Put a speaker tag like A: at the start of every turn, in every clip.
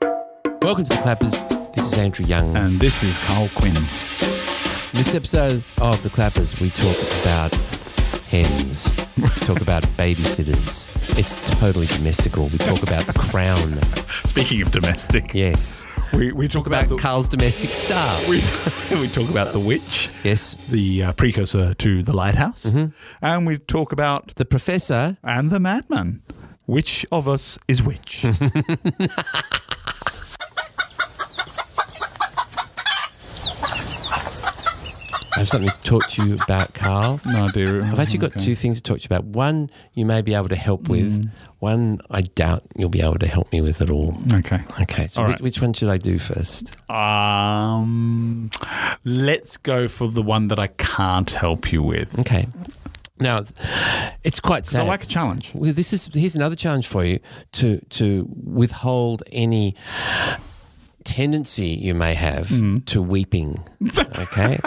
A: Welcome to the Clappers. This is Andrew Young.
B: And this is Carl Quinn.
A: In this episode of the Clappers, we talk about hens. We talk about babysitters. It's totally domestical. We talk about the crown.
B: Speaking of domestic,
A: Yes.
B: we, we talk about
A: About
B: the
A: Carl's domestic staff.
B: we, we talk about the witch,
A: Yes.
B: the uh, precursor to the lighthouse,
A: Mm-hmm.
B: and we talk about
A: The professor.
B: and the madman. Which of us is which?
A: I have something to talk to you about, Carl.
B: no, dear.
A: I've actually got two things to talk to you about. One, you may be able to
B: Hmm.
A: help with. One, I doubt you'll be able to help me with at all.
B: Okay.
A: Okay, so
B: All
A: which,
B: right.
A: which one should I do first?
B: Um, let's go for the one that I can't help you with.
A: Okay. Now, it's quite
B: So
A: sad.
B: I like a challenge.
A: Well, this is here's another challenge for you to to withhold any tendency you may have
B: Mm.
A: to weeping. Okay,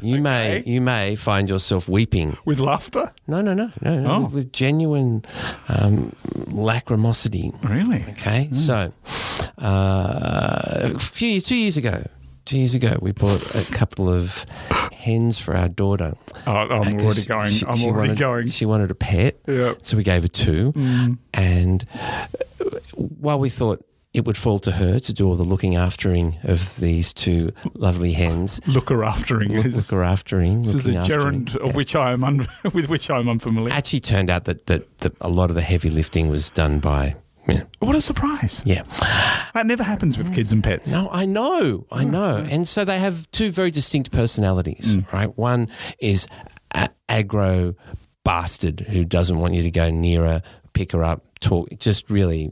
A: you may you may find yourself weeping.
B: With laughter?
A: No, no, no, no, no
B: Oh.
A: with, with genuine um, lacrimosity.
B: Really?
A: Okay, so uh, a few years, two years ago. Two years ago, we bought a couple of hens for our daughter.
B: Oh, I'm already
A: Because
B: going.
A: she-
B: I'm
A: she
B: already
A: wanted-
B: going.
A: She wanted a pet.
B: Yeah. Mm.
A: So we gave her two. And while we thought it would fall to her to do all the looking aftering of these two lovely hens,
B: Looker aftering
A: look,
B: is,
A: looker aftering,
B: this is
A: looking
B: a
A: aftering,
B: gerund of which I am un- with which I am unfamiliar.
A: actually turned out that, that, that a lot of the heavy lifting was done by. Yeah.
B: What a surprise!
A: yeah.
B: That never happens with kids and pets.
A: No, I know.
B: Mm.
A: I know. And so they have two very distinct personalities,
B: Mm.
A: right? One is a- aggro bastard who doesn't want you to go near her, pick her up, talk, just really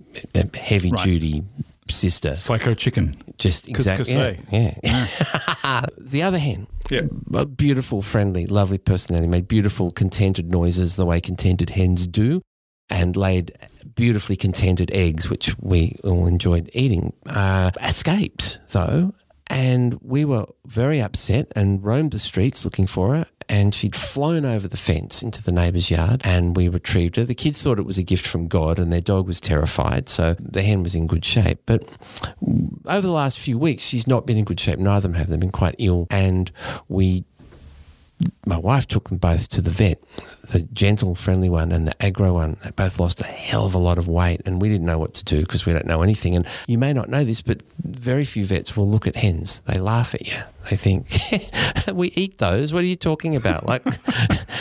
A: heavy duty sister.
B: Psycho chicken.
A: Just exactly. Yeah.
B: Cassay.
A: yeah. the other hen,
B: Yeah.
A: a beautiful, friendly, lovely personality, made beautiful, contented noises the way contented hens do, and laid beautifully contented eggs, which we all enjoyed eating. Uh, escaped, though, and we were very upset and roamed the streets looking for her. And she'd flown over the fence into the neighbour's yard, and we retrieved her. The kids thought it was a gift from God, and their dog was terrified, so the hen was in good shape. But over the last few weeks, she's not been in good shape. Neither of them have. They've been quite ill. And we, my wife took them both to the vet, the gentle, friendly one and the aggro one. They both lost a hell of a lot of weight. And we didn't know what to do because we don't know anything. And you may not know this, but very few vets will look at hens. They laugh at you. They think, we eat those. What are you talking about? Like,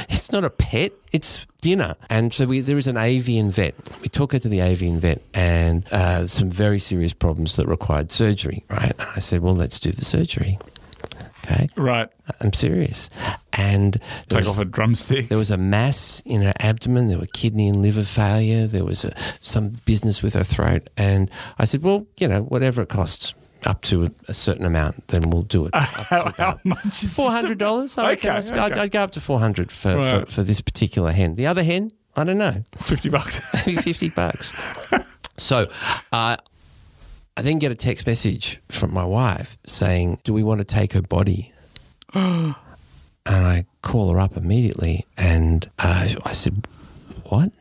A: it's not a pet. It's dinner. And so we, there is an avian vet. We took her to the avian vet and uh, some very serious problems that required surgery, right? And I said, well, let's do the surgery. Okay.
B: Right.
A: I'm serious. And there
B: Take
A: was,
B: off a drumstick.
A: there was a mass in her abdomen. There were kidney and liver failure. There was a, some business with her throat. And I said, well, you know, whatever it costs, up to a, a certain amount, then we'll do it. Up to
B: How, how much is this?
A: Four hundred dollars. I reckon.
B: Okay,
A: I'd- I'd,
B: okay.
A: I'd go up to four hundred for, for
B: Right.
A: for this particular hen. The other hen, I don't know,
B: Fifty bucks.
A: maybe fifty bucks. So, uh, I then get a text message from my wife saying, "Do we want to take her body?" and I call her up immediately, and uh, I said, "What?"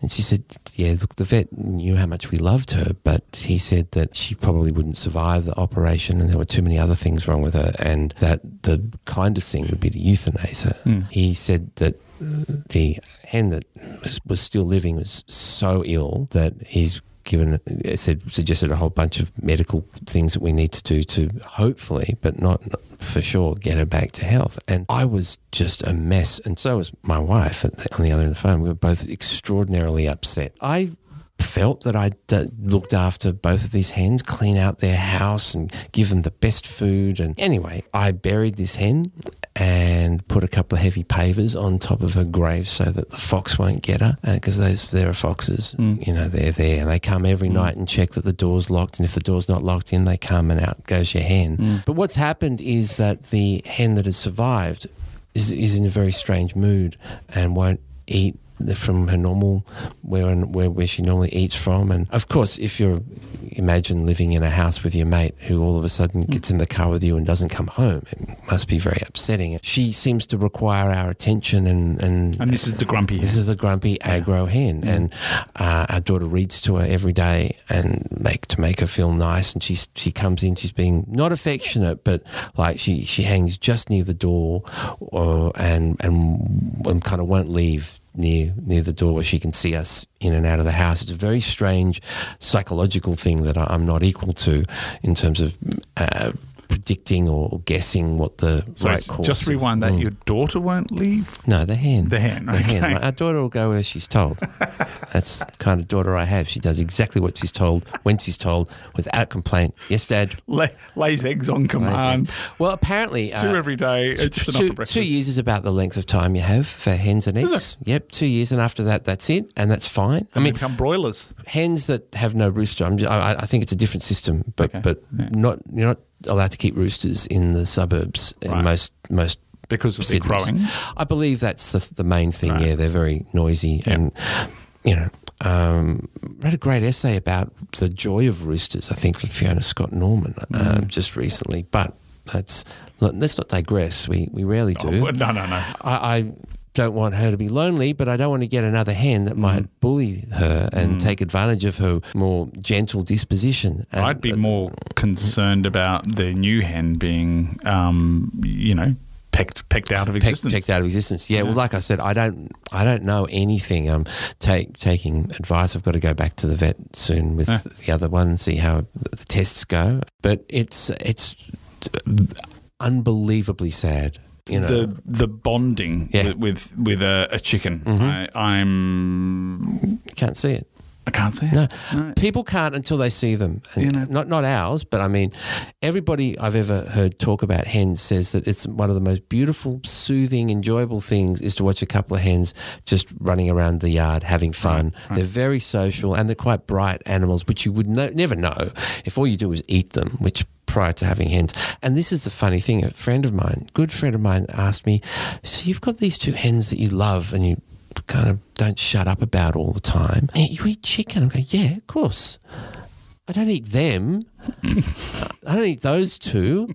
A: And she said, "Yeah, look, the vet knew how much we loved her, but he said that she probably wouldn't survive the operation, and there were too many other things wrong with her, and that the kindest thing would be to euthanize her." He said that uh, the hen that was, was still living was so ill that he's given said suggested a whole bunch of medical things that we need to do to hopefully but not for sure get her back to health and i was just a mess and so was my wife at the, on the other end of the phone we were both extraordinarily upset i felt that I d- looked after both of these hens, clean out their house and give them the best food. And anyway, I buried this hen and put a couple of heavy pavers on top of her grave so that the fox won't get her because those there are foxes. You know, they're there. They come every night and check that the door's locked. And if the door's not locked in, they come and out goes your hen. But what's happened is that the hen that has survived is, is in a very strange mood and won't eat the- from her normal where and where, where she normally eats from. And of course, if you're imagine living in a house with your mate who all of a sudden gets in the car with you and doesn't come home, it must be very upsetting. She seems to require our attention and and,
B: And this is the grumpy. Mm.
A: this is the grumpy aggro hen, and uh, our daughter reads to her every day and make to make her feel nice. And she's she comes in, she's being not affectionate, but like she she hangs just near the door, or, and and and kind of won't leave near near the door where she can see us in and out of the house. It's a very strange psychological thing that I, I'm not equal to in terms of. Uh, Predicting or guessing what the
B: Sorry,
A: right course.
B: just
A: is.
B: rewind that.
A: Mm.
B: Your daughter won't leave.
A: No, the hen.
B: The hen,
A: The hen.
B: okay.
A: Like, Our daughter will go where she's told. That's the kind of daughter I have. She does exactly what she's told, when she's told, without complaint. Yes, Dad.
B: Lay, lays eggs on command.
A: Well, apparently.
B: Um, Two
A: uh,
B: every day. It's just enough
A: two-
B: for breakfast.
A: two years is about the length of time you have for hens and
B: Is Mm.
A: eggs. Yep, two years, and after that, that's it, and that's fine. I
B: I mean,
A: mean,
B: become broilers.
A: hens that have no rooster. I'm just, I, I think it's a different system, but
B: Okay.
A: but
B: Yeah.
A: not you're not allowed to keep roosters in the suburbs
B: Right.
A: in most most
B: Because of the
A: cities.
B: crowing.
A: I believe that's the the main thing.
B: Right.
A: Yeah, they're very noisy,
B: Yeah.
A: and you know, um, read a great essay about the joy of roosters. I think from Fiona Scott Norman
B: Mm.
A: um, just recently, but that's let- let's not digress. We we rarely
B: Oh,
A: do.
B: but no, no, no.
A: I. I don't want her to be lonely, but I don't want to get another hen that
B: Mm.
A: might bully her and take advantage of her more gentle disposition. And
B: I'd be more concerned about the new hen being, um, you know, pecked pecked out of
A: pecked,
B: existence.
A: pecked out of existence. Yeah, Well, like I said, I don't, I don't know anything. I'm take, taking advice. I've got to go back to the vet soon with
B: Yeah.
A: the other one, see how the tests go. But it's it's unbelievably sad. You know,
B: the the bonding
A: Yeah. Mm-hmm.
B: with, with with a, a chicken. I, I'm
A: you can't see it.
B: I can't see it.
A: No.
B: No.
A: People can't until they see them. And
B: You know.
A: Not not ours, but I mean, everybody I've ever heard talk about hens says that it's one of the most beautiful, soothing, enjoyable things is to watch a couple of hens just running around the yard having fun. They're very social and they're quite bright animals, which you would no, never know if all you do is eat them, which prior to having hens. And this is the funny thing. A friend of mine, good friend of mine, asked me, "So you've got these two hens that you love, and you." kind of don't shut up about all the time. "Hey, You eat chicken. I go, yeah, of course. I don't eat them. I don't eat those two.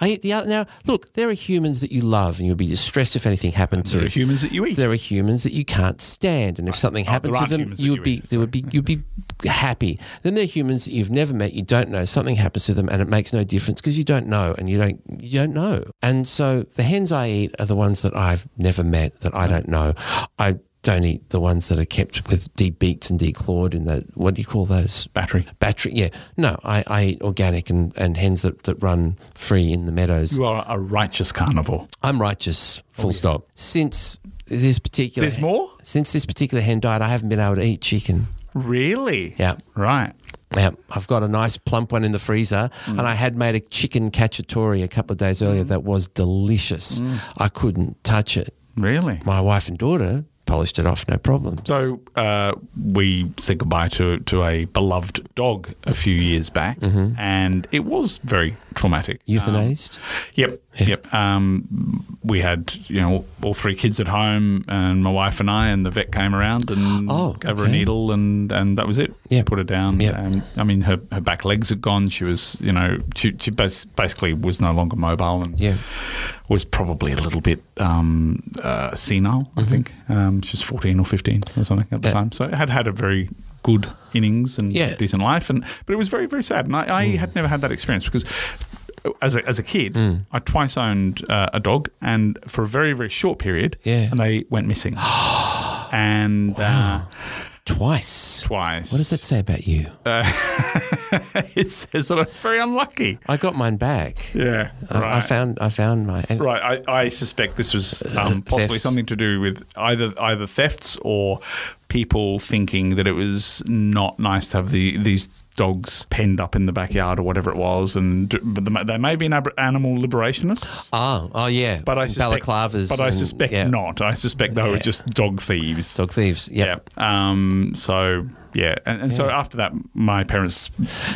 A: I eat the other. Now, look, there are humans that you love, and you'll be distressed if anything happened to
B: There are humans that you eat.
A: there are humans that you can't stand, and if something
B: Oh,
A: happened
B: there
A: to
B: aren't
A: them,
B: humans that
A: you would
B: you
A: be
B: eat,
A: there would be you'd be happy. Then there are humans that you've never met, you don't know. Something happens to them, and it makes no difference because you don't know, and you don't you don't know. And so the hens I eat are the ones that I've never met, that I don't know. I don't eat the ones that are kept with de-beaked and declawed in the what do you call those
B: Battery.
A: battery? Yeah, no, I, I eat organic and, and hens that, that run free in the meadows.
B: You are a righteous carnivore.
A: I'm righteous, full stop. Since this particular
B: Oh, There's more?
A: Since this particular hen died, I haven't been able to eat chicken.
B: Really?
A: Yeah.
B: Right.
A: Yeah, I've got a nice plump one in the freezer,
B: Mm.
A: and I had made a chicken cacciatore a couple of days earlier that was delicious.
B: Mm.
A: I couldn't touch it.
B: Really.
A: My wife and daughter polished it off, no problem.
B: So uh, we said goodbye to to a beloved dog a few years back,
A: Mm-hmm.
B: and it was very traumatic.
A: Euthanized.
B: Yep, yep. Um, we had you know all three kids at home, and my wife and I, and the vet came around and
A: Oh,
B: gave her a
A: okay.
B: needle, and and that was it.
A: Yeah.
B: put her down.
A: Yeah.
B: and I mean her, her back legs had gone. She was you know she, she bas- basically was no longer mobile, and
A: Yeah.
B: was probably a little bit um, uh, senile. I think um, she was fourteen or fifteen or something at the
A: Mm-hmm. Yeah.
B: time. So had had a very good innings and
A: Yeah. Mm.
B: decent life, and but it was very very sad. And I, I had never had that experience because. uh, As a, as a kid,
A: Mm.
B: I twice owned uh, a dog, and for a very very short period,
A: Yeah.
B: and they went missing, and uh,
A: Twice.
B: twice.
A: What does that say about you?
B: it says that I was very unlucky.
A: I got mine back.
B: Yeah,
A: I, I found I found my
B: Right, I, I suspect this was um, possibly
A: Uh, thefts.
B: something to do with either either thefts or people thinking that it was not nice to have the these dogs penned up in the backyard or whatever it was, and d- but the- they may be an ab- animal liberationists.
A: Ah, oh yeah.
B: But I suspect,
A: balaclavas.
B: but I
A: and-
B: suspect
A: yeah.
B: not. I suspect they were just dog thieves.
A: Dog thieves. Yeah.
B: Yeah. Um, so yeah, and, and so after that, my parents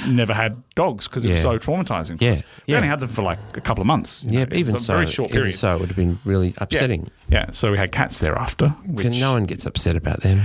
B: never had dogs because it was
A: Yeah.
B: so traumatizing. for
A: Yeah,
B: us. we
A: yeah.
B: only had them for like a couple of months. you
A: Yeah.
B: know,
A: but
B: it
A: even
B: was a
A: so,
B: very short
A: even
B: period.
A: so, it would have been really
B: yeah.
A: upsetting.
B: Yeah, so we had cats thereafter.
A: Because
B: Which
A: no one gets upset about them.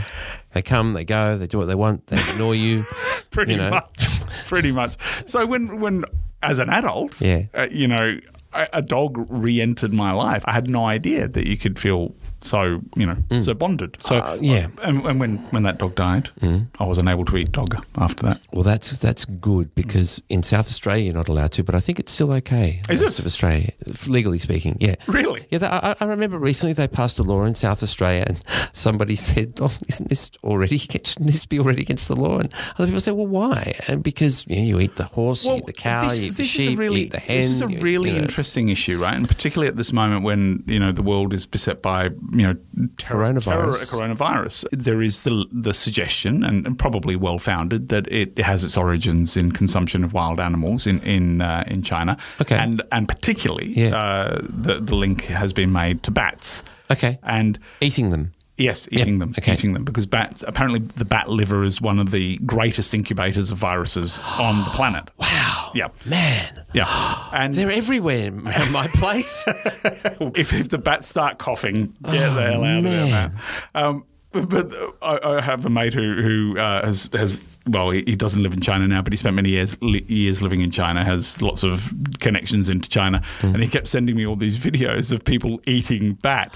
A: They come, they go, they do what they want, they ignore you.
B: pretty
A: you know.
B: much, pretty much. So when when as an adult,
A: Yeah.
B: uh, you know, a, a dog re-entered my life. I had no idea that you could feel so you know so bonded. So
A: Uh, yeah. Mm.
B: and, and when when that dog died, I wasn't able to eat dog after that.
A: Well, that's that's
B: Hmm.
A: good because in South Australia you're not allowed to, but I think it's still okay. in
B: Is
A: most
B: it?
A: of Australia, f- legally speaking? Yeah.
B: Really?
A: Yeah. They, I, I- I remember recently they passed a law in South Australia, and somebody said, "Oh, isn't this already against- shouldn't this be already against the law?" And other people said, "Well, why?" And because you, know, you eat the horse, you eat the cow, you eat the sheep,
B: is a really,
A: you eat the hen.
B: This is a
A: you eat,
B: really
A: you know,
B: interesting issue, right? And particularly at this moment when you know the world is beset by you know ter-
A: Coronavirus.
B: terror- coronavirus, there is the the suggestion, and, and probably well founded, that it has its origins in consumption of wild animals in in uh, in China,
A: Okay.
B: and and particularly
A: Yeah.
B: uh, the the link has been made to bats,
A: Okay.
B: and
A: Eating them.
B: Yes, eating them,
A: okay.
B: eating them, because bats. Apparently, the bat liver is one of the greatest incubators of viruses on the planet.
A: Wow.
B: Yeah,
A: Man,
B: yeah, and
A: they're everywhere around my place.
B: if, if the bats start coughing, get the hell out of there, man. Um, but, but I, I have a mate who, who uh, has, has, well, he, he doesn't live in China now, but he spent many years li- years living in China, has lots of connections into China, and he kept sending me all these videos of people eating bat.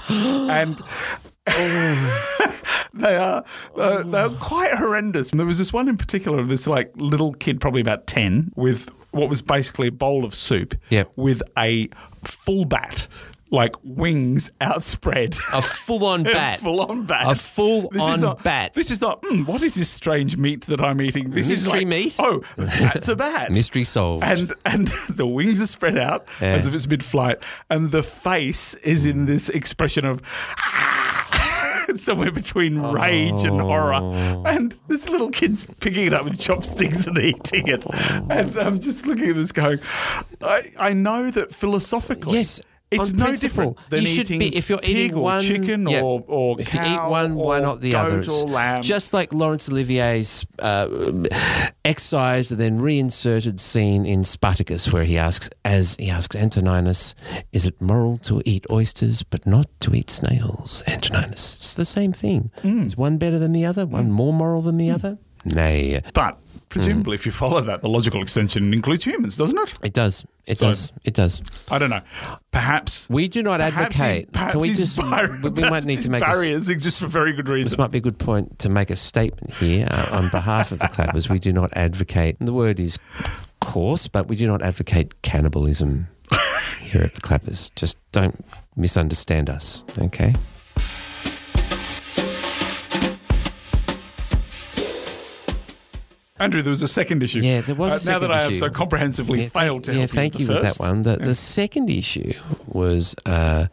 B: and. they are uh, they're quite horrendous. And there was this one in particular of this like little kid, probably about ten, with what was basically a bowl of soup
A: Yep.
B: with a full bat, like wings outspread.
A: a full-on bat.
B: Full on bat.
A: A full
B: This is
A: on
B: not-
A: bat.
B: This is not, "Hmm, what is this strange meat that I'm eating? This is
A: Mystery
B: like,
A: meat?
B: Oh, that's a bat.
A: Mystery solved.
B: And and the wings are spread out
A: Yeah.
B: as if it's mid flight. And the face is in this expression of somewhere between rage and horror.
A: Oh.
B: And this little kid's picking it up with chopsticks and eating it. And I'm just looking at this going, I, I know that philosophically.
A: Yes,
B: It's
A: on
B: no
A: principle,
B: different than
A: you should
B: eating
A: be- if you're eating
B: pig or
A: one-
B: chicken
A: yeah.
B: or, or
A: if
B: cow
A: you eat one, why
B: or
A: not the
B: goat
A: other? It's
B: or lamb.
A: Just like Laurence Olivier's uh, excised and then reinserted scene in Spartacus, where he asks, as he asks Antoninus, "Is it moral to eat oysters but not to eat snails?" Antoninus, it's the same thing.
B: Mm.
A: Is one better than the other? One more moral than the other? Nay,
B: but presumably, if you follow that, the logical extension includes humans, doesn't it?
A: it does. It
B: So-
A: does. It does.
B: I don't know. Perhaps
A: We do not
B: perhaps his-
A: advocate.
B: perhaps
A: Can we
B: his
A: just?
B: bar-
A: we, we might
B: perhaps
A: need
B: his
A: to make a s-
B: barriers exist for very good
A: This
B: reason.
A: might be a good point to make a statement here uh, on behalf of the clappers. We do not advocate, the word is coarse, but we do not advocate cannibalism here at the clappers. Just don't misunderstand us, okay?
B: Andrew, there was a second issue. Uh,
A: Yeah, there was a
B: now that
A: second
B: I have
A: issue.
B: so comprehensively
A: Yeah,
B: failed to
A: yeah,
B: help
A: thank
B: you,
A: you
B: with the
A: with
B: first.
A: that one. The, the second issue was uh,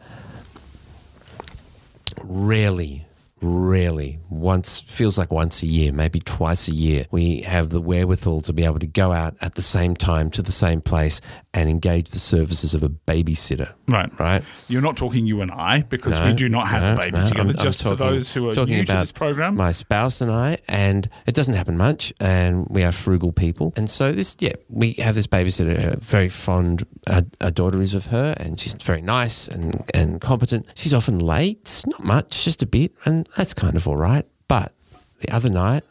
A: rarely, rarely once feels like once a year, maybe twice a year, we have the wherewithal to be able to go out at the same time to the same place and engage the services of a babysitter.
B: Right.
A: Right.
B: You're not talking you and I because
A: No,
B: we do not have a
A: no,
B: baby
A: no,
B: together.
A: I'm- I'm
B: just for
A: talking-
B: those who are
A: talking
B: new to
A: about
B: this program,
A: My spouse and I, and it doesn't happen much, and we are frugal people. And so, this, yeah, we have this babysitter, uh, very fond, uh, our daughter is of her, and she's very nice and, and competent. She's often late, not much, just a bit, and that's kind of all right. But the other night,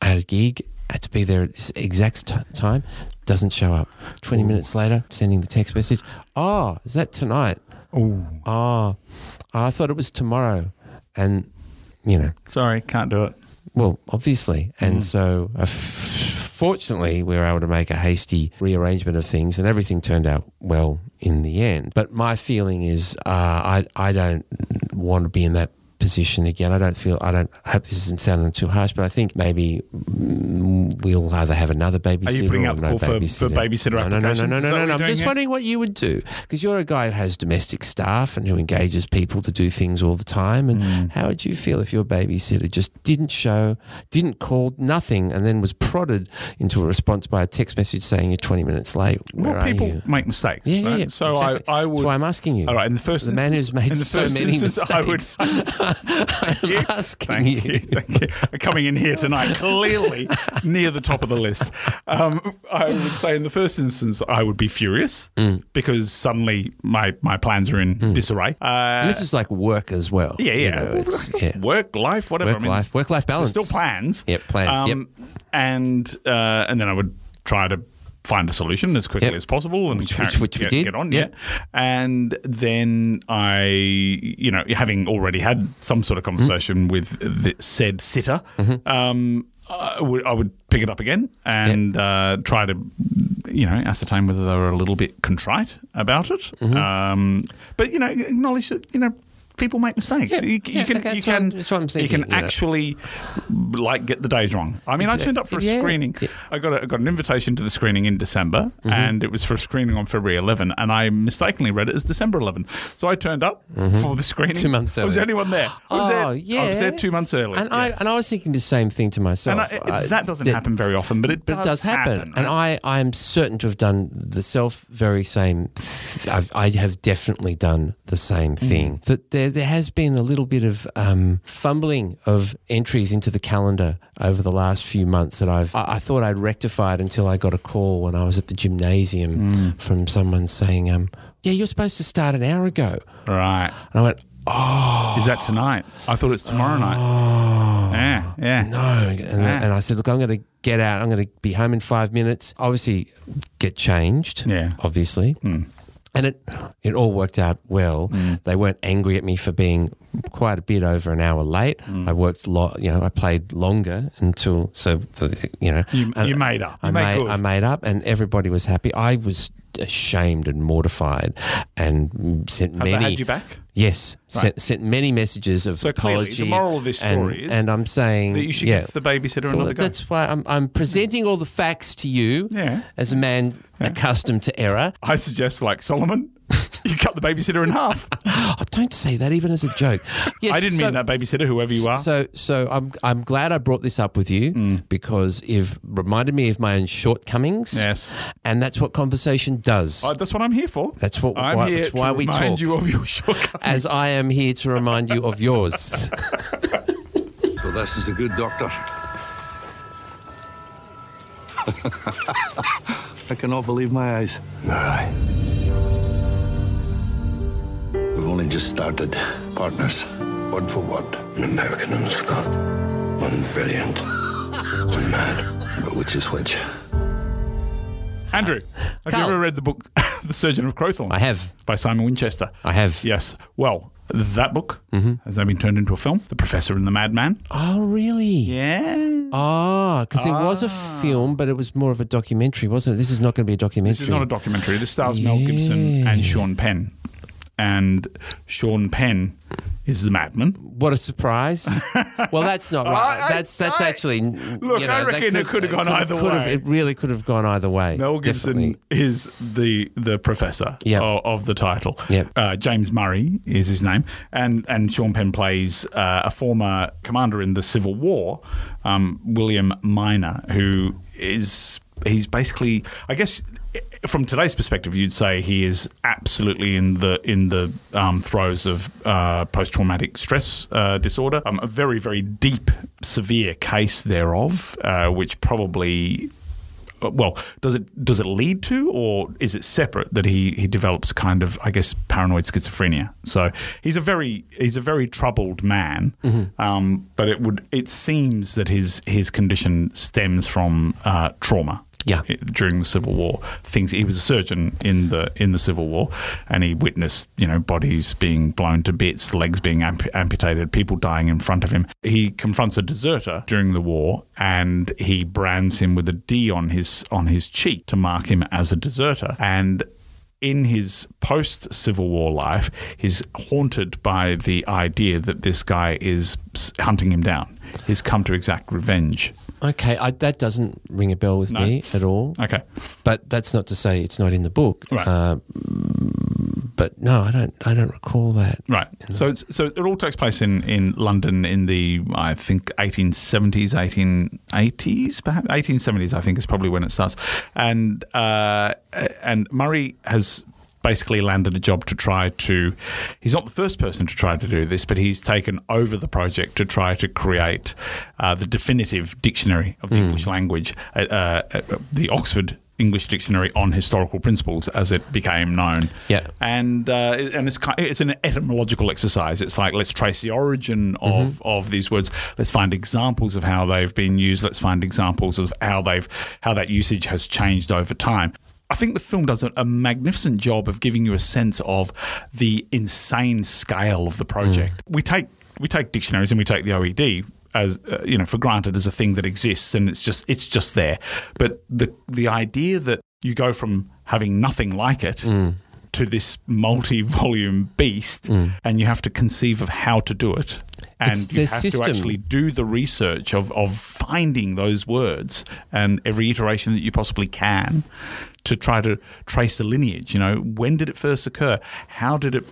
A: I had a gig, had to be there at this exact t- time, doesn't show up. 20 minutes later, sending the text message, oh, is that tonight?
B: oh,
A: Oh, I thought it was tomorrow. And, you know,
B: sorry, can't do it.
A: well, obviously. And
B: Mm.
A: so, uh, f- fortunately, we were able to make a hasty rearrangement of things and everything turned out well in the end. But my feeling is uh, I, I don't want to be in that position again. I don't feel, I don't I hope this isn't sounding too harsh, but I think maybe mm, we'll either have another babysitter
B: Are you putting
A: or
B: out the
A: no
B: call for- for
A: babysitter.
B: babysitter
A: no, no, no, no,
B: applications?
A: no,
B: Is
A: no, no,
B: that what
A: no.
B: you're
A: I'm
B: doing
A: just
B: here?
A: wondering what you would do because you're a guy who has domestic staff and who engages people to do things all the time. And
B: Hmm.
A: how would you feel if your babysitter just didn't show, didn't call, nothing, and then was prodded into a response by a text message saying you're 20 minutes late? Where
B: well,
A: are
B: people
A: you?
B: make mistakes.
A: Yeah, yeah,
B: right?
A: yeah.
B: So
A: exactly.
B: I, I
A: That's
B: would.
A: why I'm asking you.
B: all right, in the first
A: The man
B: instance-
A: who's made
B: in the
A: so
B: first
A: many
B: instance, I would-
A: mistakes. I'm asking
B: Thank
A: you.
B: you. Thank you. Coming in here tonight, clearly near the top of the list. Um, I would say, in the first instance, I would be furious
A: Mm.
B: because suddenly my, my plans are in disarray. Uh,
A: And this is like work as well.
B: yeah,
A: Mm. You
B: yeah.
A: know, it's, yeah.
B: Work, life, whatever. I
A: Work
B: mean,
A: life, work life balance.
B: Still plans. Um,
A: Yep, plans,
B: And uh, and then I would try to find a solution as quickly
A: Yep.
B: as possible, and which,
A: which- which we
B: get,
A: did.
B: get on.
A: Yep.
B: Yeah. And then I, you know, having already had some sort of
A: Mm-hmm.
B: conversation with the said sitter, um, I would I would pick it up again and uh, try to, you know, ascertain whether they were a little bit contrite about it.
A: Mm-hmm.
B: Um, but you know, acknowledge that you know. People make mistakes.
A: Yeah,
B: you, you
A: yeah,
B: can,
A: okay,
B: you
A: that's what I'm-
B: can,
A: that's what I'm
B: you
A: thinking,
B: can
A: you know.
B: actually like get the days wrong. I mean, I turned up for a
A: Yeah. Mm-hmm.
B: screening. I got a, I got an invitation to the screening in December, and it was for a screening on February 11, and I mistakenly read it as December 11. So I turned up for the screening.
A: Mm-hmm. Two months
B: Was
A: early.
B: anyone there? I was
A: oh,
B: there,
A: yeah.
B: I was there two months early.
A: And,
B: Yeah.
A: I, and I was thinking the same thing to myself.
B: and I, it-
A: I-
B: that doesn't
A: that-
B: happen very often, but it
A: But
B: does,
A: it does happen. And I, I am certain to have done the self very same. Th- I've, I have definitely done the same
B: Mm.
A: thing. That there, there has been a little bit of um, fumbling of entries into the calendar over the last few months that I've. I, I thought I'd rectified until I got a call when I was at the gymnasium
B: Mm.
A: from someone saying, um, "Yeah, you're supposed to start an hour ago,"
B: right.
A: and I went,
B: Is that tonight? I thought it's tomorrow night. Yeah, yeah.
A: Oh. No. And,
B: Ah.
A: and I said, look, I'm going to get out. I'm going to be home in five minutes. Obviously, get changed.
B: Yeah. Hmm.
A: Obviously. And it it all worked out well. They weren't angry at me for being quite a bit over an hour late.
B: Hmm.
A: I worked lot, you know. I played longer until so the, you know.
B: You,
A: and
B: you made up. You
A: I
B: made,
A: made,
B: good.
A: I made up, and everybody was happy. I was ashamed and mortified, and sent
B: Have
A: many.
B: they had you back?
A: Yes, sent, sent many messages of
B: So clearly, the
A: apology.
B: moral of this
A: and-
B: story is
A: and I'm saying
B: That you should
A: yeah,
B: give the babysitter
A: well,
B: another go.
A: that's why I'm, I'm presenting all the facts to you
B: Yeah.
A: as a man accustomed to error.
B: I suggest, like Solomon, you cut the babysitter in half.
A: Oh, don't say that even as a joke. Yes,
B: I didn't
A: so-
B: mean that babysitter, whoever you are.
A: So, so I'm I'm glad I brought this up with you
B: Mm.
A: because you've reminded me of my own shortcomings.
B: Yes.
A: and that's what conversation does.
B: Uh, that's what I'm here for.
A: That's what-
B: I'm
A: why-
B: here
A: that's why
B: to
A: we
B: remind
A: talk.
B: you of your shortcomings.
A: as I am here to remind you of yours.
C: Well, this is the good doctor. I cannot believe my eyes. Aye. We've only just started. Partners, word for word.
D: An American and a Scot. One brilliant, one mad.
C: But which is which?
B: Andrew, have
A: Carl.
B: you ever read the book The Surgeon of Crowthorne?
A: I have.
B: By Simon Winchester.
A: I have.
B: Yes. Well, that book
A: Mm-hmm.
B: has now been turned into a film, The Professor and the Madman.
A: Oh, really?
B: Yeah.
A: Ah, because it was a film, but it was more of a documentary, wasn't it? This is not going to be a documentary.
B: This is not a documentary. This stars Mel Gibson and Sean Penn. And Sean Penn is the madman.
A: What a surprise! well, that's not right.
B: I- I-
A: that's that's
B: I-
A: actually.
B: Look,
A: you know,
B: I
A: that
B: reckon it could have gone either
A: could have-
B: way.
A: it really could have gone either way.
B: Mel Gibson
A: definitely.
B: is the the professor
A: Yep.
B: o- of, the title.
A: Yep.
B: Uh, James Murray is his name, and and Sean Penn plays uh, a former commander in the Civil War, um, William Minor, who is he's basically, I guess, from today's perspective, you'd say he is absolutely in the in the um, throes of uh, post traumatic stress uh, disorder. Um, a very very deep, severe case thereof, uh, which probably uh, well, does it does it lead to, or is it separate that he he develops kind of I guess paranoid schizophrenia? So he's a very he's a very troubled man, um, but it would it seems that his his condition stems from uh, trauma.
A: Yeah.
B: i- During the Civil War, things he was a surgeon in the in the Civil War, and he witnessed you know bodies being blown to bits, legs being amp- amputated, people dying in front of him. He confronts a deserter during the war, and he brands him with a D on his on his cheek to mark him as a deserter. And in his post Civil War life, he's haunted by the idea that this guy is s- hunting him down. He's come to exact revenge.
A: Okay, I, that doesn't ring a bell with
B: No.
A: me at all.
B: Okay.
A: But that's not to say it's not in the book.
B: Right.
A: Uh, but no, I don't. I don't recall that.
B: Right. So it's so it all takes place in, in London in the I think 1870s, 1880s, perhaps 1870s. I think is probably when it starts. And uh, and Murray has basically landed a job to try to. He's not the first person to try to do this, but he's taken over the project to try to create uh, the definitive dictionary of the English language, uh, uh, uh, the Oxford. English dictionary on historical principles, as it became known
A: Yeah.
B: and uh, and it's ki it's an etymological exercise. It's like let's trace the origin of of these words. Let's find examples of how they've been used. Let's find examples of how they've how that usage has changed over time. I think the film does a, a magnificent job of giving you a sense of the insane scale of the project. We take we take dictionaries and we take the OED as uh, you know for granted as a thing that exists and it's just it's just there. But the the idea that you go from having nothing like it to this multi-volume beast, and you have to conceive of how to do it. And
A: Mm. It's
B: you
A: their
B: have
A: system.
B: to actually do the research of, of finding those words and every iteration that you possibly can to try to trace the lineage. You know, when did it first occur? How did it,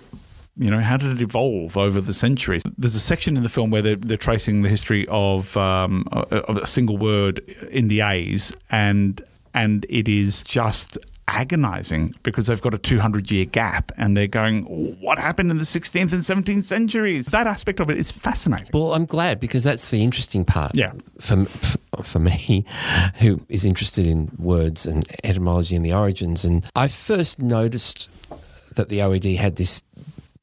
B: you know, how did it evolve over the centuries? There's a section in the film where they're, they're tracing the history of, um, of a single word in the A's, and and it is just agonizing because they've got a 200 year gap and they're going what happened in the 16th and 17th centuries that aspect of it is fascinating
A: Well, I'm glad because that's the interesting part.
B: Yeah.
A: For for- for me, who is interested in words and etymology and the origins, and I first noticed that the OED had this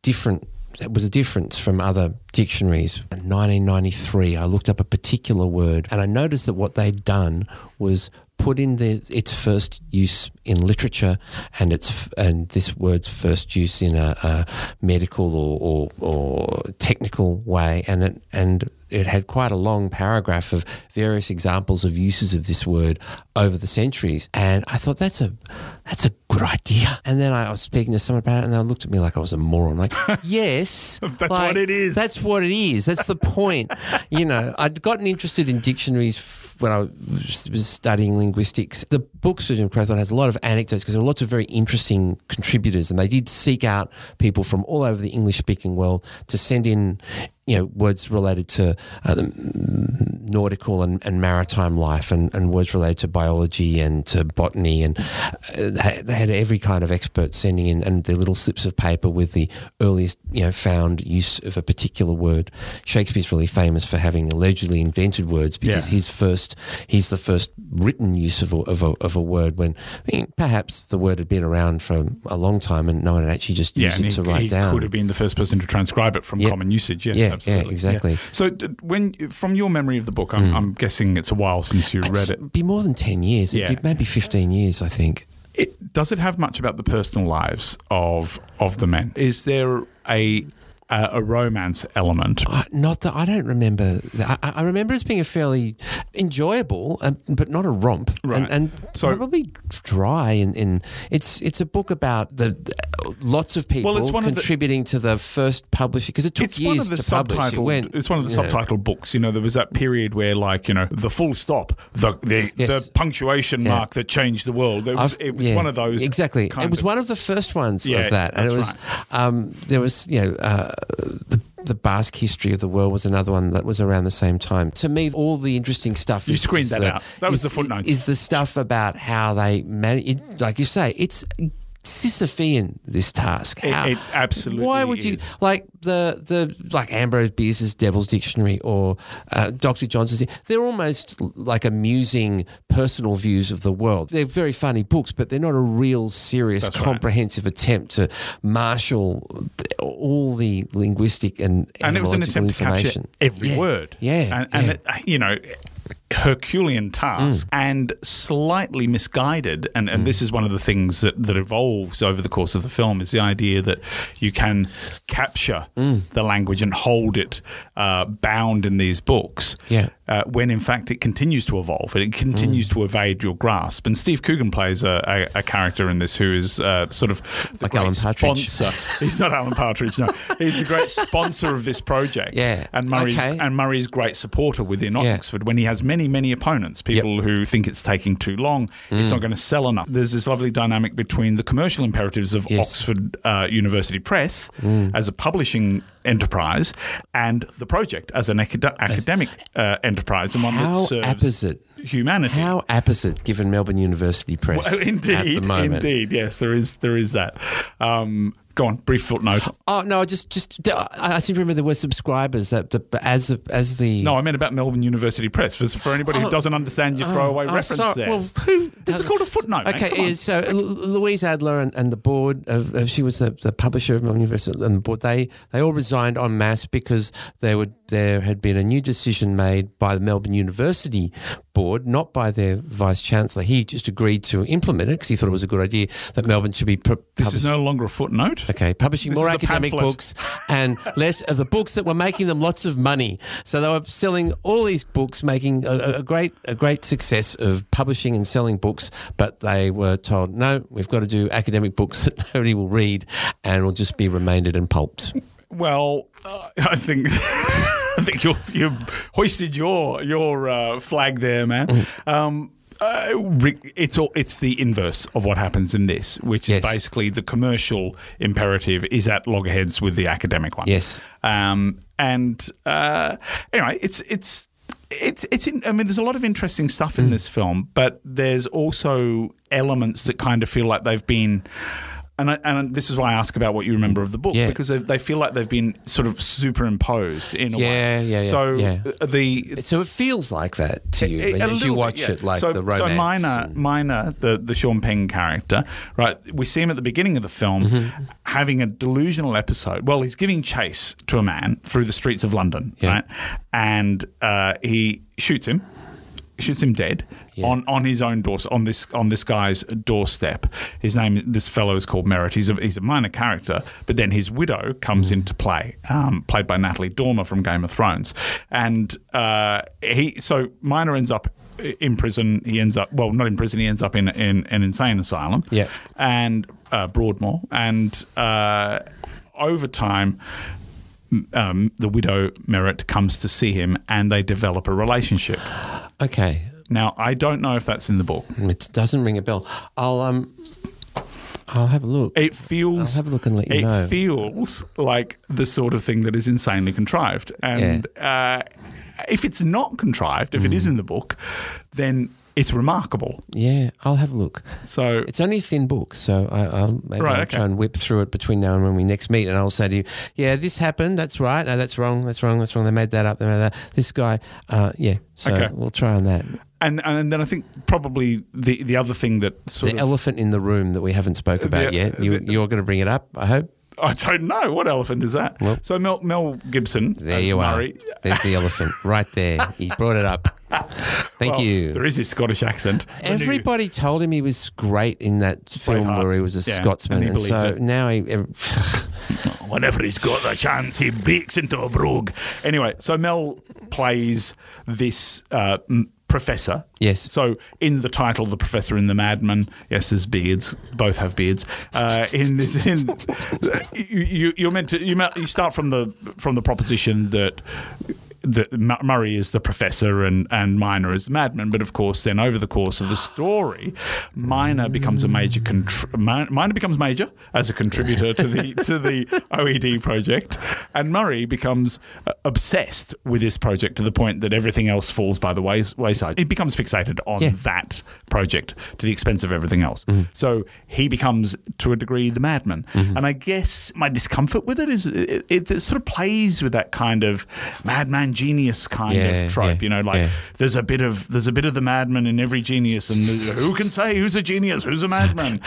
A: different. It was a difference from other dictionaries. In 1993, I looked up a particular word and I noticed that what they'd done was put in the, its first use in literature and its f- and this word's first use in a, a medical or, or, or technical way and it and it had quite a long paragraph of various examples of uses of this word over the centuries and I thought that's a that's a good idea and then I was speaking to someone about it and they looked at me like I was a moron like yes
B: That's what it is.
A: that's that's what it is. That's the point. you know, I'd gotten interested in dictionaries f- when I was was studying linguistics. The book Surgeon Crowthorne has a lot of anecdotes because there are lots of very interesting contributors, and they did seek out people from all over the English speaking world to send in. You know, words related to uh, the mm, nautical and, and maritime life, and, and words related to biology and to botany, and uh, they they had every kind of expert sending in and their little slips of paper with the earliest you know found use of a particular word. Shakespeare's really famous for having allegedly invented words because
B: Yeah.
A: his first he's the first written use of a, of a, of a word when I mean, perhaps the word had been around for a long time and no one had actually just used
B: and
A: it to
B: he,
A: write
B: he
A: down.
B: could have been the first person to transcribe it from
A: Yeah.
B: common usage yes
A: Yeah, yeah,
B: absolutely
A: exactly. Mm.
B: so d- when from your memory of the book I'm, I'm guessing it's a while since you
A: It's
B: read it.
A: be more than ten years. It'd
B: Yeah.
A: be maybe fifteen years, I think.
B: it does it have much about the personal lives of of the men is there a a, a romance element
A: I, not that I don't remember. I, I I remember it as being a fairly enjoyable, um, but not a romp,
B: Right.
A: and, and
B: So-
A: probably dry. In, in it's it's a book about the, the- lots of people
B: Well, it's one of the-
A: contributing to the first publishing because it took
B: it's one
A: years
B: of the
A: to publish. It
B: subtitled.
A: went,
B: it's one of the
A: you know,
B: subtitle books. You know, there was that period where, like, you know, the full stop, the the,
A: Yes.
B: the punctuation
A: Yeah.
B: mark that changed the world. It was,
A: I've-
B: it was
A: yeah,
B: one of those.
A: Exactly.
B: kind
A: It was
B: of-
A: one of the first ones
B: Yeah,
A: of that, and it
B: that's
A: was um, there was you know uh, the the Basque history of the world was another one that was around the same time. To me, all the interesting stuff.
B: You
A: is,
B: screened
A: is
B: that
A: the,
B: out. That was
A: is-
B: the footnotes.
A: Is the stuff about how they manage, like you say, it's. Sisyphean, this task.
B: It-
A: How-
B: it absolutely
A: Why would you
B: is.
A: like the the like Ambrose Bierce's Devil's Dictionary or uh, Doctor Johnson's? They're almost l- like amusing personal views of the world. They're very funny books, but they're not a real serious,
B: That's right.
A: comprehensive attempt to marshal th- all the linguistic and
B: and it was an
A: etymological
B: attempt to capture
A: information.
B: every
A: Yeah.
B: word.
A: Yeah,
B: and, and
A: yeah. Mm.
B: It, uh, you know, Herculean task and slightly misguided. And and this is one of the things that that evolves over the course of the film is the idea that you can
A: Mm.
B: capture the language and hold it uh, bound in these books.
A: Yeah. Mm.
B: uh, when in fact it continues to evolve and it continues to evade your grasp. And Steve Coogan plays a, a, a character in this who is uh, sort of the
A: Like
B: great
A: Alan Partridge.
B: sponsor. He's not Alan Partridge, no. He's the great sponsor of this project.
A: Yeah.
B: And Murray's,
A: Okay.
B: and Murray's great supporter within
A: Yeah.
B: Oxford when he has many, many opponents, people who think it's taking too long, it's
A: Mm.
B: not going to sell enough. There's this lovely dynamic between the commercial imperatives of
A: Yes. Mm.
B: Oxford uh, University Press as a publishing enterprise and the project as an acad- academic uh, enterprise and one
A: How
B: that serves
A: opposite.
B: humanity.
A: How apposite, given Melbourne University Press
B: Well, indeed,
A: at the moment.
B: indeed, yes, there is, there is that. Um, go on, brief footnote.
A: Oh no, just just I, I seem to remember there were subscribers that the as the- as the
B: No, I meant about Melbourne University Press. For, for anybody who doesn't understand your throwaway
A: Oh,
B: reference
A: sorry.
B: there.
A: Well, who
B: This is called a footnote. mate.
A: Okay,
B: Come on.
A: yeah, so L- Louise Adler and, and the board, of, of- she was the, the publisher of Melbourne University and the board, they, they all resigned en masse because they would, there had been a new decision made by the Melbourne University board, not by their vice chancellor. He just agreed to implement it because he thought it was a good idea that Melbourne should be pr-
B: This
A: publishing-
B: is no longer a footnote.
A: Okay, publishing
B: This
A: more
B: is a
A: academic
B: pamphlet.
A: books and less of the books that were making them lots of money. So they were selling all these books, making a- a, a great a great success of publishing and selling books. But they were told, no, we've got to do academic books that nobody will read and will just be remaindered and pulped.
B: Well, uh, I think I think you you hoisted your your uh, flag there, man.
A: Mm.
B: Um, uh, re- it's all, it's the inverse of what happens in this, which
A: Yes.
B: is basically the commercial imperative is at loggerheads with the academic one.
A: Yes.
B: Um, and uh, anyway, it's it's it's it's. In, I mean, there's a lot of interesting stuff
A: Hmm.
B: in this film, but there's also elements that kind of feel like they've been. And, I, and this is why I ask about what you remember of the book
A: Yeah.
B: because they, they feel like they've been sort of superimposed in a
A: Yeah,
B: way.
A: yeah, yeah,
B: So uh,
A: yeah.
B: the
A: So it feels like that to you
B: a-
A: as
B: a
A: you
B: little bit,
A: watch
B: yeah.
A: it, like
B: so,
A: the romance.
B: So Minor,
A: and-
B: Minor, the the Sean Penn character, right? We see him at the beginning of the film
A: Mm-hmm.
B: having a delusional episode. Well, he's giving chase to a man through the streets of London,
A: Yeah.
B: right? And uh, he shoots him. Shoots him dead on, on his own doorstep on this on this guy's doorstep. His name this fellow is called Merritt. He's a he's a minor character, but then his widow comes into play, um, played by Natalie Dormer from Game of Thrones, and uh, he so Minor ends up in prison. He ends up well, not in prison. He ends up in in an insane asylum.
A: Yeah.
B: and uh, Broadmoor, and uh, over time. m- Um, the widow Merritt comes to see him, and they develop a relationship.
A: okay,
B: Now, I don't know if that's in the book.
A: it doesn't ring a bell. I'll um, I'll have a look.
B: It feels.
A: I'll have a look and let you
B: it
A: know.
B: feels like the sort of thing that is insanely contrived, and uh, if it's not contrived, if it
A: Mm.
B: is in the book, then it's remarkable.
A: yeah, I'll have a look.
B: So
A: It's only a thin book, so I, I'll maybe
B: Right,
A: I'll
B: okay.
A: try and whip through it between now and when we next meet, and I'll say to you, "Yeah, this happened. That's right. No, that's wrong. That's wrong. That's wrong. They made that up. They made that. This guy. Uh, yeah. So
B: Okay.
A: we'll try on that.
B: and and then I think probably the the other thing that
A: The
B: sort of
A: elephant in the room that we haven't spoke about
B: Yeah,
A: yet. You,
B: the-
A: you're going to bring it up, I hope.
B: I don't know what elephant is that.
A: Well-
B: so Mel Mel Gibson,
A: There
B: as
A: you
B: Murray.
A: are. There's the elephant right there. He brought it up. Thank
B: Well,
A: you.
B: There is his Scottish accent. I knew-
A: Everybody told him he was great in that film
B: Braveheart.
A: where he was a
B: Yeah,
A: Scotsman,
B: and
A: and,
B: he believed
A: so
B: it.
A: now he.
B: Whenever he's got the chance, he breaks into a brogue. Anyway, so Mel plays this uh, m- professor.
A: Yes.
B: So in the title, the professor and the madman. Yes, there's beards. Both have beards. Uh, in this, in you, you, you're meant to. You, meant- you start from the from the proposition that. that Mu- Murray is the professor and, and Minor is the madman, but of course, then over the course of the story, Minor becomes a major contr- Mi- Minor becomes major as a contributor to the to the OED project, and Murray becomes uh, obsessed with this project to the point that everything else falls by the ways- wayside. He becomes fixated on
A: Yeah.
B: that project to the expense of everything else. So he becomes, to a degree, the madman. And I guess my discomfort with it is it, it, it sort of plays with that kind of madman genius kind
A: Yeah,
B: of trope.
A: yeah,
B: you know, like
A: yeah.
B: there's a bit of there's a bit of the madman in every genius, and the- who can say who's a genius, who's a madman?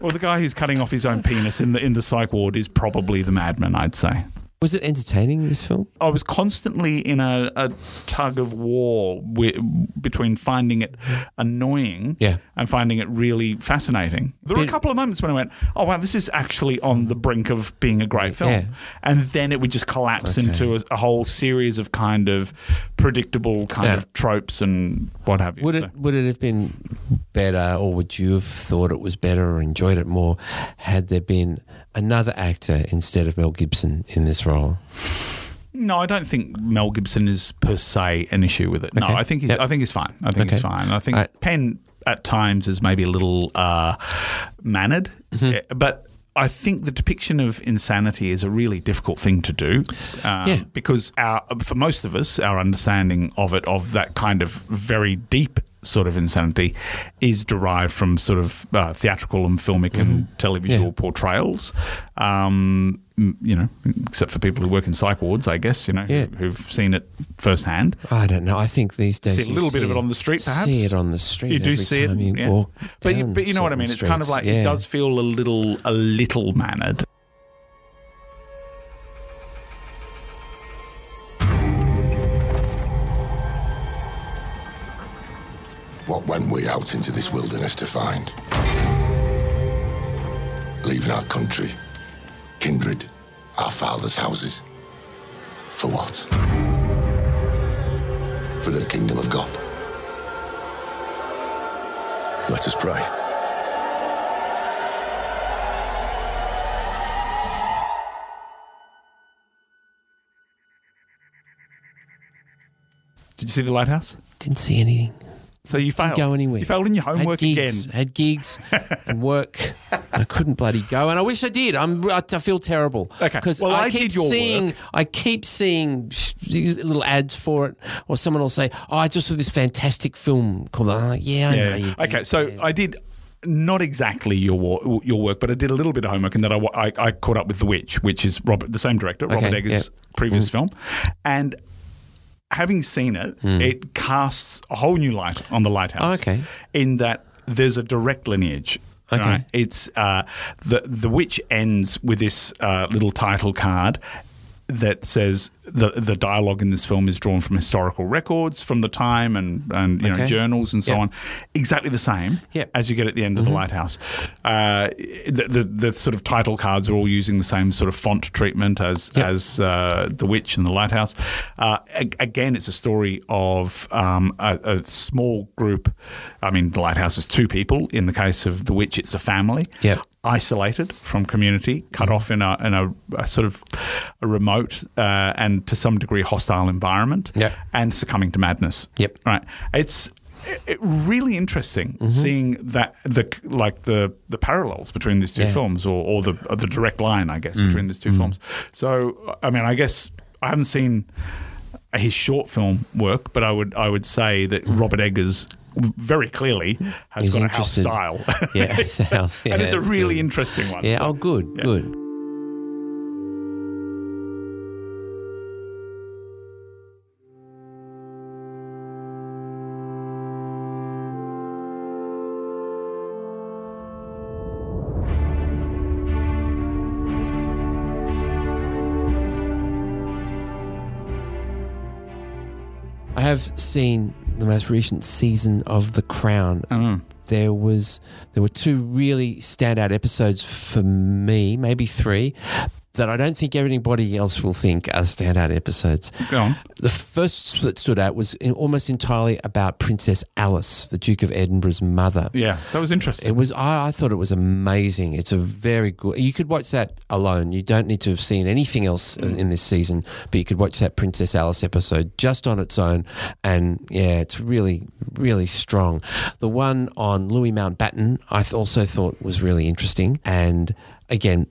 B: well, the guy who's cutting off his own penis in the in the psych ward is probably the madman, I'd say.
A: Was it entertaining, this film?
B: I was constantly in a, a tug of war wi- between finding it annoying
A: Yeah.
B: and finding it really fascinating. There were a
A: Bit-
B: couple of moments when I went, "Oh wow, this is actually on the brink of being a great film,"
A: Yeah.
B: and then it would just collapse
A: Okay.
B: into a, a whole series of kind of predictable kind
A: Yeah.
B: of tropes and what have you.
A: Would
B: so.
A: it would it have been better, or would you have thought it was better or enjoyed it more, had there been another actor instead of Mel Gibson in this role?
B: No, I don't think Mel Gibson is per se an issue with it. No,
A: Okay.
B: I think he's,
A: Yep.
B: I think he's fine. I think he's
A: Okay.
B: fine. I think
A: All right.
B: Penn at times is maybe a little uh, mannered,
A: Mm-hmm.
B: Yeah, but. I think the depiction of insanity is a really difficult thing to do, um,
A: Yeah.
B: because our, for most of us, our understanding of it, of that kind of very deep sort of insanity, is derived from sort of uh, theatrical and filmic and televisual
A: Mm-hmm. Yeah.
B: portrayals. Um, m- you know, except for people who work in psych wards, I guess. You know,
A: Yeah.
B: who, who've seen it firsthand.
A: I don't know. I think these days
B: See a
A: you
B: little bit of it on the street, perhaps.
A: See it on the street.
B: You do
A: every
B: see it,
A: time You
B: yeah.
A: walk
B: But you,
A: down
B: but you know what I
A: certain
B: mean. It's kind of
A: streets.
B: like
A: Yeah.
B: it does feel a little a little mannered.
C: What went we out into this wilderness to find? Leaving our country, kindred, our fathers' houses. For what? For the kingdom of God. Let us pray.
B: Did you see the lighthouse?
A: Didn't see anything.
B: So you failed.
A: go anywhere.
B: You failed in your homework
A: had
B: again.
A: gigs, Had gigs and work. I couldn't bloody go, and I wish I did. I'm. I, I feel terrible.
B: Okay.
A: Because
B: Well,
A: I,
B: I
A: keep
B: did your
A: seeing.
B: work.
A: I keep seeing sh- these little ads for it, or someone will say, "Oh, I just saw this fantastic film called." I'm like, yeah, I know. You did.
B: Okay, so I did not exactly your wa- your work, but I did a little bit of homework, and that I, wa- I, I caught up with The Witch, which is Robert, the same director, Robert
A: Okay,
B: Eggers'
A: yeah. Mm.
B: previous film, and. Having seen it, it casts a whole new light on the lighthouse.
A: Mm. Oh, Okay.
B: in that there's a direct lineage.
A: Okay.
B: it's uh, the the witch ends with this uh, little title card that says the the dialogue in this film is drawn from historical records from the time and and you know
A: Okay.
B: journals and so
A: Yeah. Mm-hmm.
B: on exactly the same
A: Yep.
B: as you get at the end of the lighthouse. Uh, the, the the sort of title cards are all using the same sort of font treatment as
A: Yep.
B: as uh, the witch and the lighthouse. Uh, a- again, it's a story of um, a, a small group. I mean, the lighthouse is two people. In the case of the witch, it's a family.
A: Yep.
B: Isolated from community,
A: Mm-hmm.
B: cut off in a in a, a sort of a remote uh, and to some degree hostile environment,
A: Yep.
B: and succumbing to madness.
A: Yep.
B: Right. It's it, really interesting
A: Mm-hmm.
B: seeing that the like the the parallels between these two
A: Yeah. Mm.
B: films, or, or the or the direct line, I guess, between these two films. So, I mean, I guess I haven't seen his short film work, but I would I would say that Robert Eggers very clearly
A: Mm.
B: has
A: He's
B: got
A: interested.
B: a house style.
A: Yeah, it's a house.
B: and
A: Yeah,
B: it's a
A: it's
B: really
A: good.
B: interesting one.
A: Yeah.
B: So-
A: Oh, good.
B: Yeah.
A: Good. I have seen the most recent season of The Crown. There was there were two really standout episodes for me, maybe three, that I don't think everybody else will think are standout episodes.
B: Go on.
A: The first that stood out was in, almost entirely about Princess Alice, the Duke of Edinburgh's mother.
B: Yeah, that was interesting.
A: It was. I, I thought it was amazing. It's a very good. You could watch that alone. You don't need to have seen anything else in, in this season, but you could watch that Princess Alice episode just on its own. And yeah, it's really, really strong. The one on Louis Mountbatten, I th- also thought was really interesting. And again.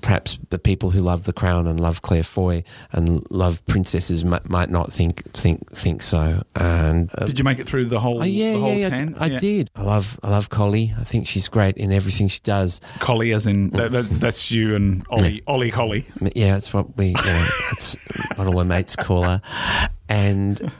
A: Perhaps the people who love The Crown and love Claire Foy and love princesses might, might not think think think so. And uh,
B: Did you make it through the whole?
A: Oh, yeah,
B: the whole
A: yeah, yeah, I d-
B: ten?
A: I, did. I love, I love Collie. I think she's great in everything she does.
B: Collie, as in that, that's, that's you and Ollie, Ollie Collie.
A: M- Yeah, that's what we, you know, that's what all my mates call her. And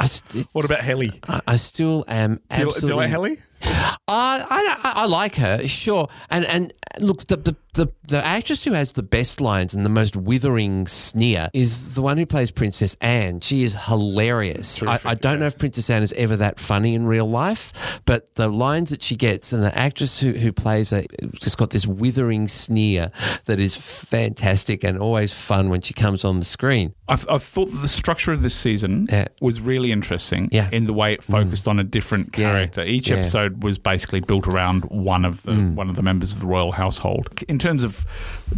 A: I, st-
B: What about Helly?
A: I, I still am
B: Do you, do you
A: absolutely.
B: like Helly?
A: Uh, I, I I like her, sure. And and look, the, the the the actress who has the best lines and the most withering sneer is the one who plays Princess Anne. She is hilarious. I, I don't know if Princess Anne is ever that funny in real life, but the lines that she gets and the actress who, who plays her just got this withering sneer that is fantastic and always fun when she comes on the screen.
B: I've, I've thought that the structure of this season
A: Yeah.
B: was really interesting
A: Yeah.
B: in the way it focused on a different
A: Yeah.
B: character. Each
A: Yeah. Mm.
B: episode was basically built around one of the one of the members of the royal household. In terms of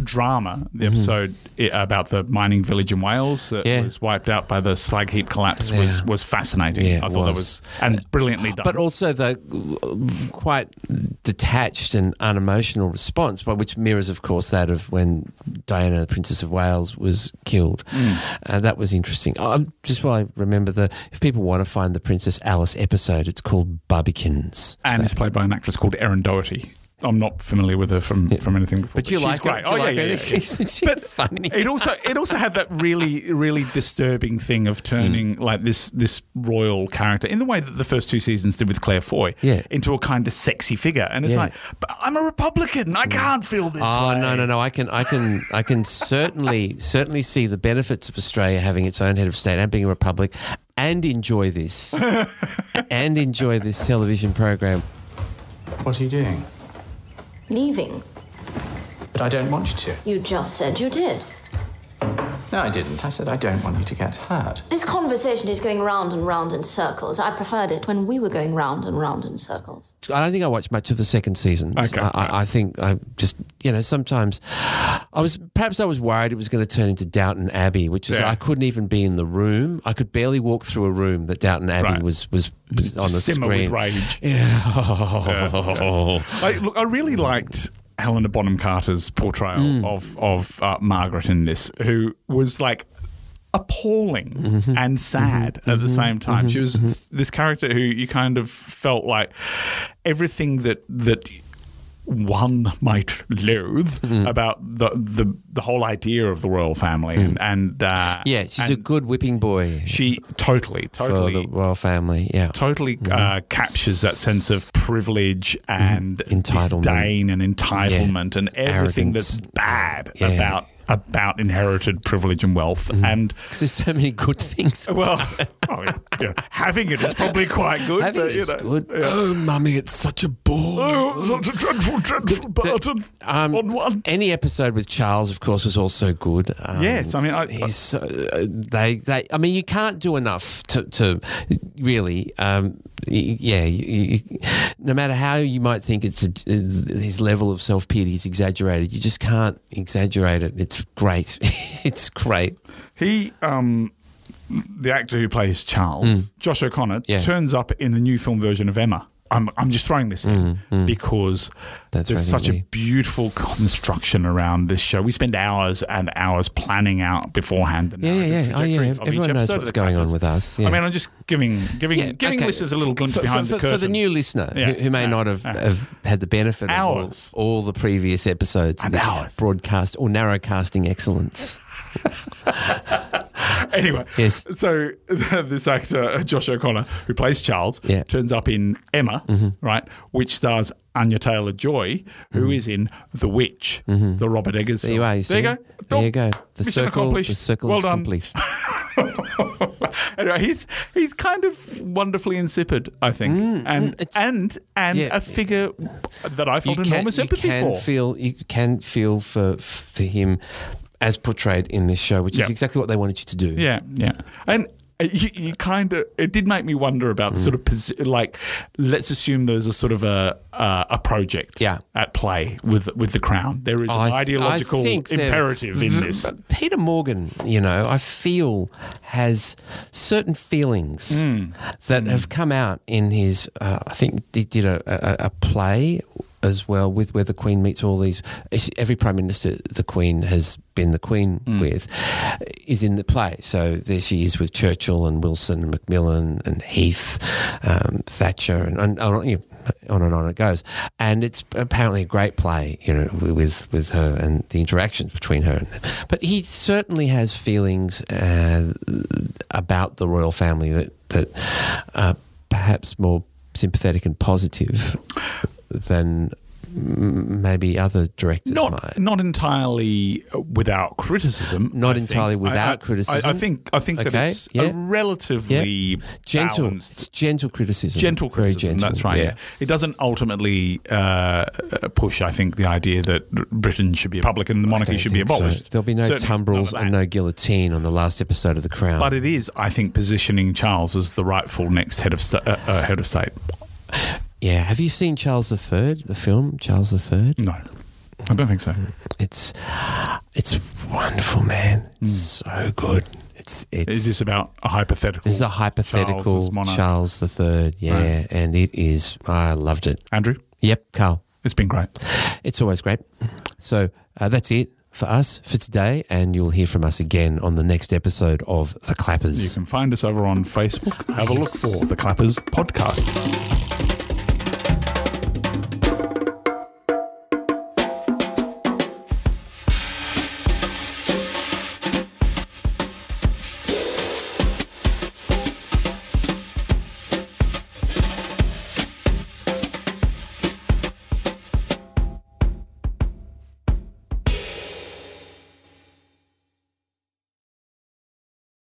B: drama, the episode i about the mining village in Wales that
A: Mm-hmm. Yeah.
B: was wiped out by the slag heap collapse was
A: Yeah.
B: was fascinating.
A: Yeah,
B: I
A: it
B: thought
A: was.
B: that was and brilliantly done.
A: but also the uh, quite detached and unemotional response, by which mirrors, of course, that of when Diana, the Princess of Wales, was killed.
B: Mm.
A: Uh, that was interesting. Uh, just while I remember the, if people want to find the Princess Alice episode, it's called Bubbikins.
B: and it's played by an actress called Erin Doherty. I'm not familiar with her from, from anything before.
A: But you
B: she's
A: like her?
B: great. Oh,
A: Do you like her? She's- she's funny.
B: It also it also had that really really disturbing thing of turning
A: Mm.
B: like this this royal character in the way that the first two seasons did with Claire Foy
A: Yeah.
B: into a kind of sexy figure, and it's
A: Yeah.
B: like but I'm a Republican, I can't feel this.
A: Oh
B: way.
A: no no no! I can I can I can certainly certainly see the benefits of Australia having its own head of state and being a republic, and enjoy this, and enjoy this television program.
E: What are you doing?
F: Leaving.
E: But I don't want you to.
F: You just said you did.
E: No, I didn't. I said I don't want you to get hurt.
F: This conversation is going round and round in circles. I preferred it when we were going round and round in circles.
A: I don't think I watched much of the second season.
B: Okay.
A: I, I, I think I just you know sometimes I was perhaps I was worried it was going to turn into Downton Abbey, which is
B: Yeah.
A: I couldn't even be in the room. I could barely walk through a room that Downton Abbey
B: Right.
A: was was, was on the
B: Just simmer
A: screen.
B: with rage.
A: Yeah.
B: I, look, I really liked Helena Bonham Carter's portrayal
A: Mm.
B: of of uh, Margaret in this, who was like appalling
A: Mm-hmm.
B: and sad at the same time. She was this, this character who you kind of felt like everything that that one might loathe
A: Mm.
B: about the, the the whole idea of the royal family and and uh,
A: Yeah, she's a
B: and
A: good whipping boy
B: she totally totally
A: for the royal family. Yeah.
B: totally
A: Mm-hmm.
B: uh, captures that sense of privilege and
A: Entitlement.
B: disdain and entitlement
A: Yeah.
B: and everything that's
A: Arrogance.
B: bad
A: Yeah. Mm-hmm.
B: about about inherited privilege and wealth and.
A: Because there's so many good things.
B: Well, I mean, you know, having it is probably quite good.
A: Having
B: but, you
A: it's
B: know,
A: good.
B: yeah.
A: Oh, mummy, it's such a bore.
B: Oh, such a dreadful, dreadful burden
A: Um,
B: on one.
A: Any episode with Charles, of course, was also good. Um,
B: Yes, I mean, I-
A: he's so, uh, they they. I mean, you can't do enough to to really. Um, y- yeah, you, you, no matter how you might think it's a, his level of self pity is exaggerated, you just can't exaggerate it. It's great. it's great.
B: He, um, the actor who plays Charles, Josh O'Connor,
A: Hmm. Yeah.
B: turns up in the new film version of Emma. I'm, I'm just throwing this in because
A: Hmm, That's
B: there's
A: right,
B: such a
A: Lee.
B: beautiful construction around this show. We spend hours and hours planning out beforehand. The
A: Yeah, yeah,
B: narrative
A: yeah. Oh, yeah.
B: trajectory of each
A: Everyone knows
B: episode of
A: what's
B: the
A: going on
B: characters.
A: with us.
B: I
A: Yeah.
B: mean, I'm just giving giving
A: Yeah,
B: giving
A: okay.
B: listeners a little glimpse
A: for,
B: behind
A: for,
B: the
A: for-
B: curtain
A: For the new listener
B: Yeah.
A: who, who may
B: Yeah.
A: not have,
B: Yeah.
A: have had the benefit of all-
B: Hours.
A: all, the previous episodes
B: And
A: of
B: hours.
A: broadcast or narrowcasting excellence.
B: anyway,
A: Yes.
B: So this actor uh, Josh O'Connor, who plays Charles,
A: Yeah. Mm-hmm.
B: turns up in Emma, right, which stars Anya Taylor Joy, who is in The Witch, the Robert Eggers.
A: Mm-hmm. There
B: film.
A: you are. You
B: there you
A: see?
B: go.
A: There
B: Done.
A: you go. The
B: Mission
A: circle. The
B: accomplished.
A: circle
B: well
A: is
B: done.
A: complete.
B: anyway, he's he's kind of wonderfully insipid, I think, and and and
A: Mm, yeah.
B: a figure that I felt enormous
A: you
B: empathy
A: can
B: for.
A: feel you can feel for for him as portrayed in this show, which
B: Yeah.
A: is exactly what they wanted you to do.
B: Yeah, yeah. And uh, you, you kind of it did make me wonder about sort of posi- like let's assume there's a sort of a uh, a project
A: Yeah.
B: at play with with the crown. There is
A: I
B: an
A: th- Oh, I
B: ideological
A: think that
B: imperative in
A: the-
B: this.
A: Peter Morgan, you know, I feel has certain feelings
B: Hmm.
A: that have come out in his. Uh, I think he did a, a, a play as well with where the Queen meets all these. Every Prime Minister the Queen has been the Queen
B: Hmm.
A: with is in the play. So there she is with Churchill and Wilson and Macmillan and Heath, um, Thatcher, and, and on, you know, on and on it goes. And it's apparently a great play, you know, wi- with with her and the interactions between her and them. But he certainly has feelings uh, about the royal family that that uh, perhaps more sympathetic and positive than m- maybe other directors
B: Not,
A: might.
B: not entirely without criticism.
A: Not
B: I think.
A: entirely
B: I-
A: without
B: I- I- I,
A: criticism.
B: think I think
A: Okay,
B: that it's
A: yeah.
B: a relatively
A: gentle,
B: balanced
A: it's gentle criticism,
B: gentle
A: Very
B: criticism. that's right. Yeah. it doesn't ultimately uh, push. I think the idea that Britain should be a republic and the monarchy
A: Don't
B: should be
A: think so.
B: abolished.
A: There'll be no
B: Certainly
A: tumbrils
B: none of
A: and
B: that.
A: no guillotine on the last episode of The Crown.
B: But it is, I think, positioning Charles as the rightful next head of sta- uh, uh, head of state.
A: yeah, have you seen Charles III, the film Charles III?
B: No, I don't think so.
A: Mm. It's it's wonderful, man. It's so good. It's it's
B: Mm. Is this about a hypothetical?
A: this is a
B: Charles
A: hypothetical
B: as monarch?
A: Charles, III, yeah, and it is. I loved it.
B: Andrew,
A: Yep, Carl.
B: it's been great.
A: It's always great. So uh, that's it for us for today, and you'll hear from us again on the next episode of The
B: You
A: Clappers.
B: can find us over on Facebook. Have a look for the Clappers podcast.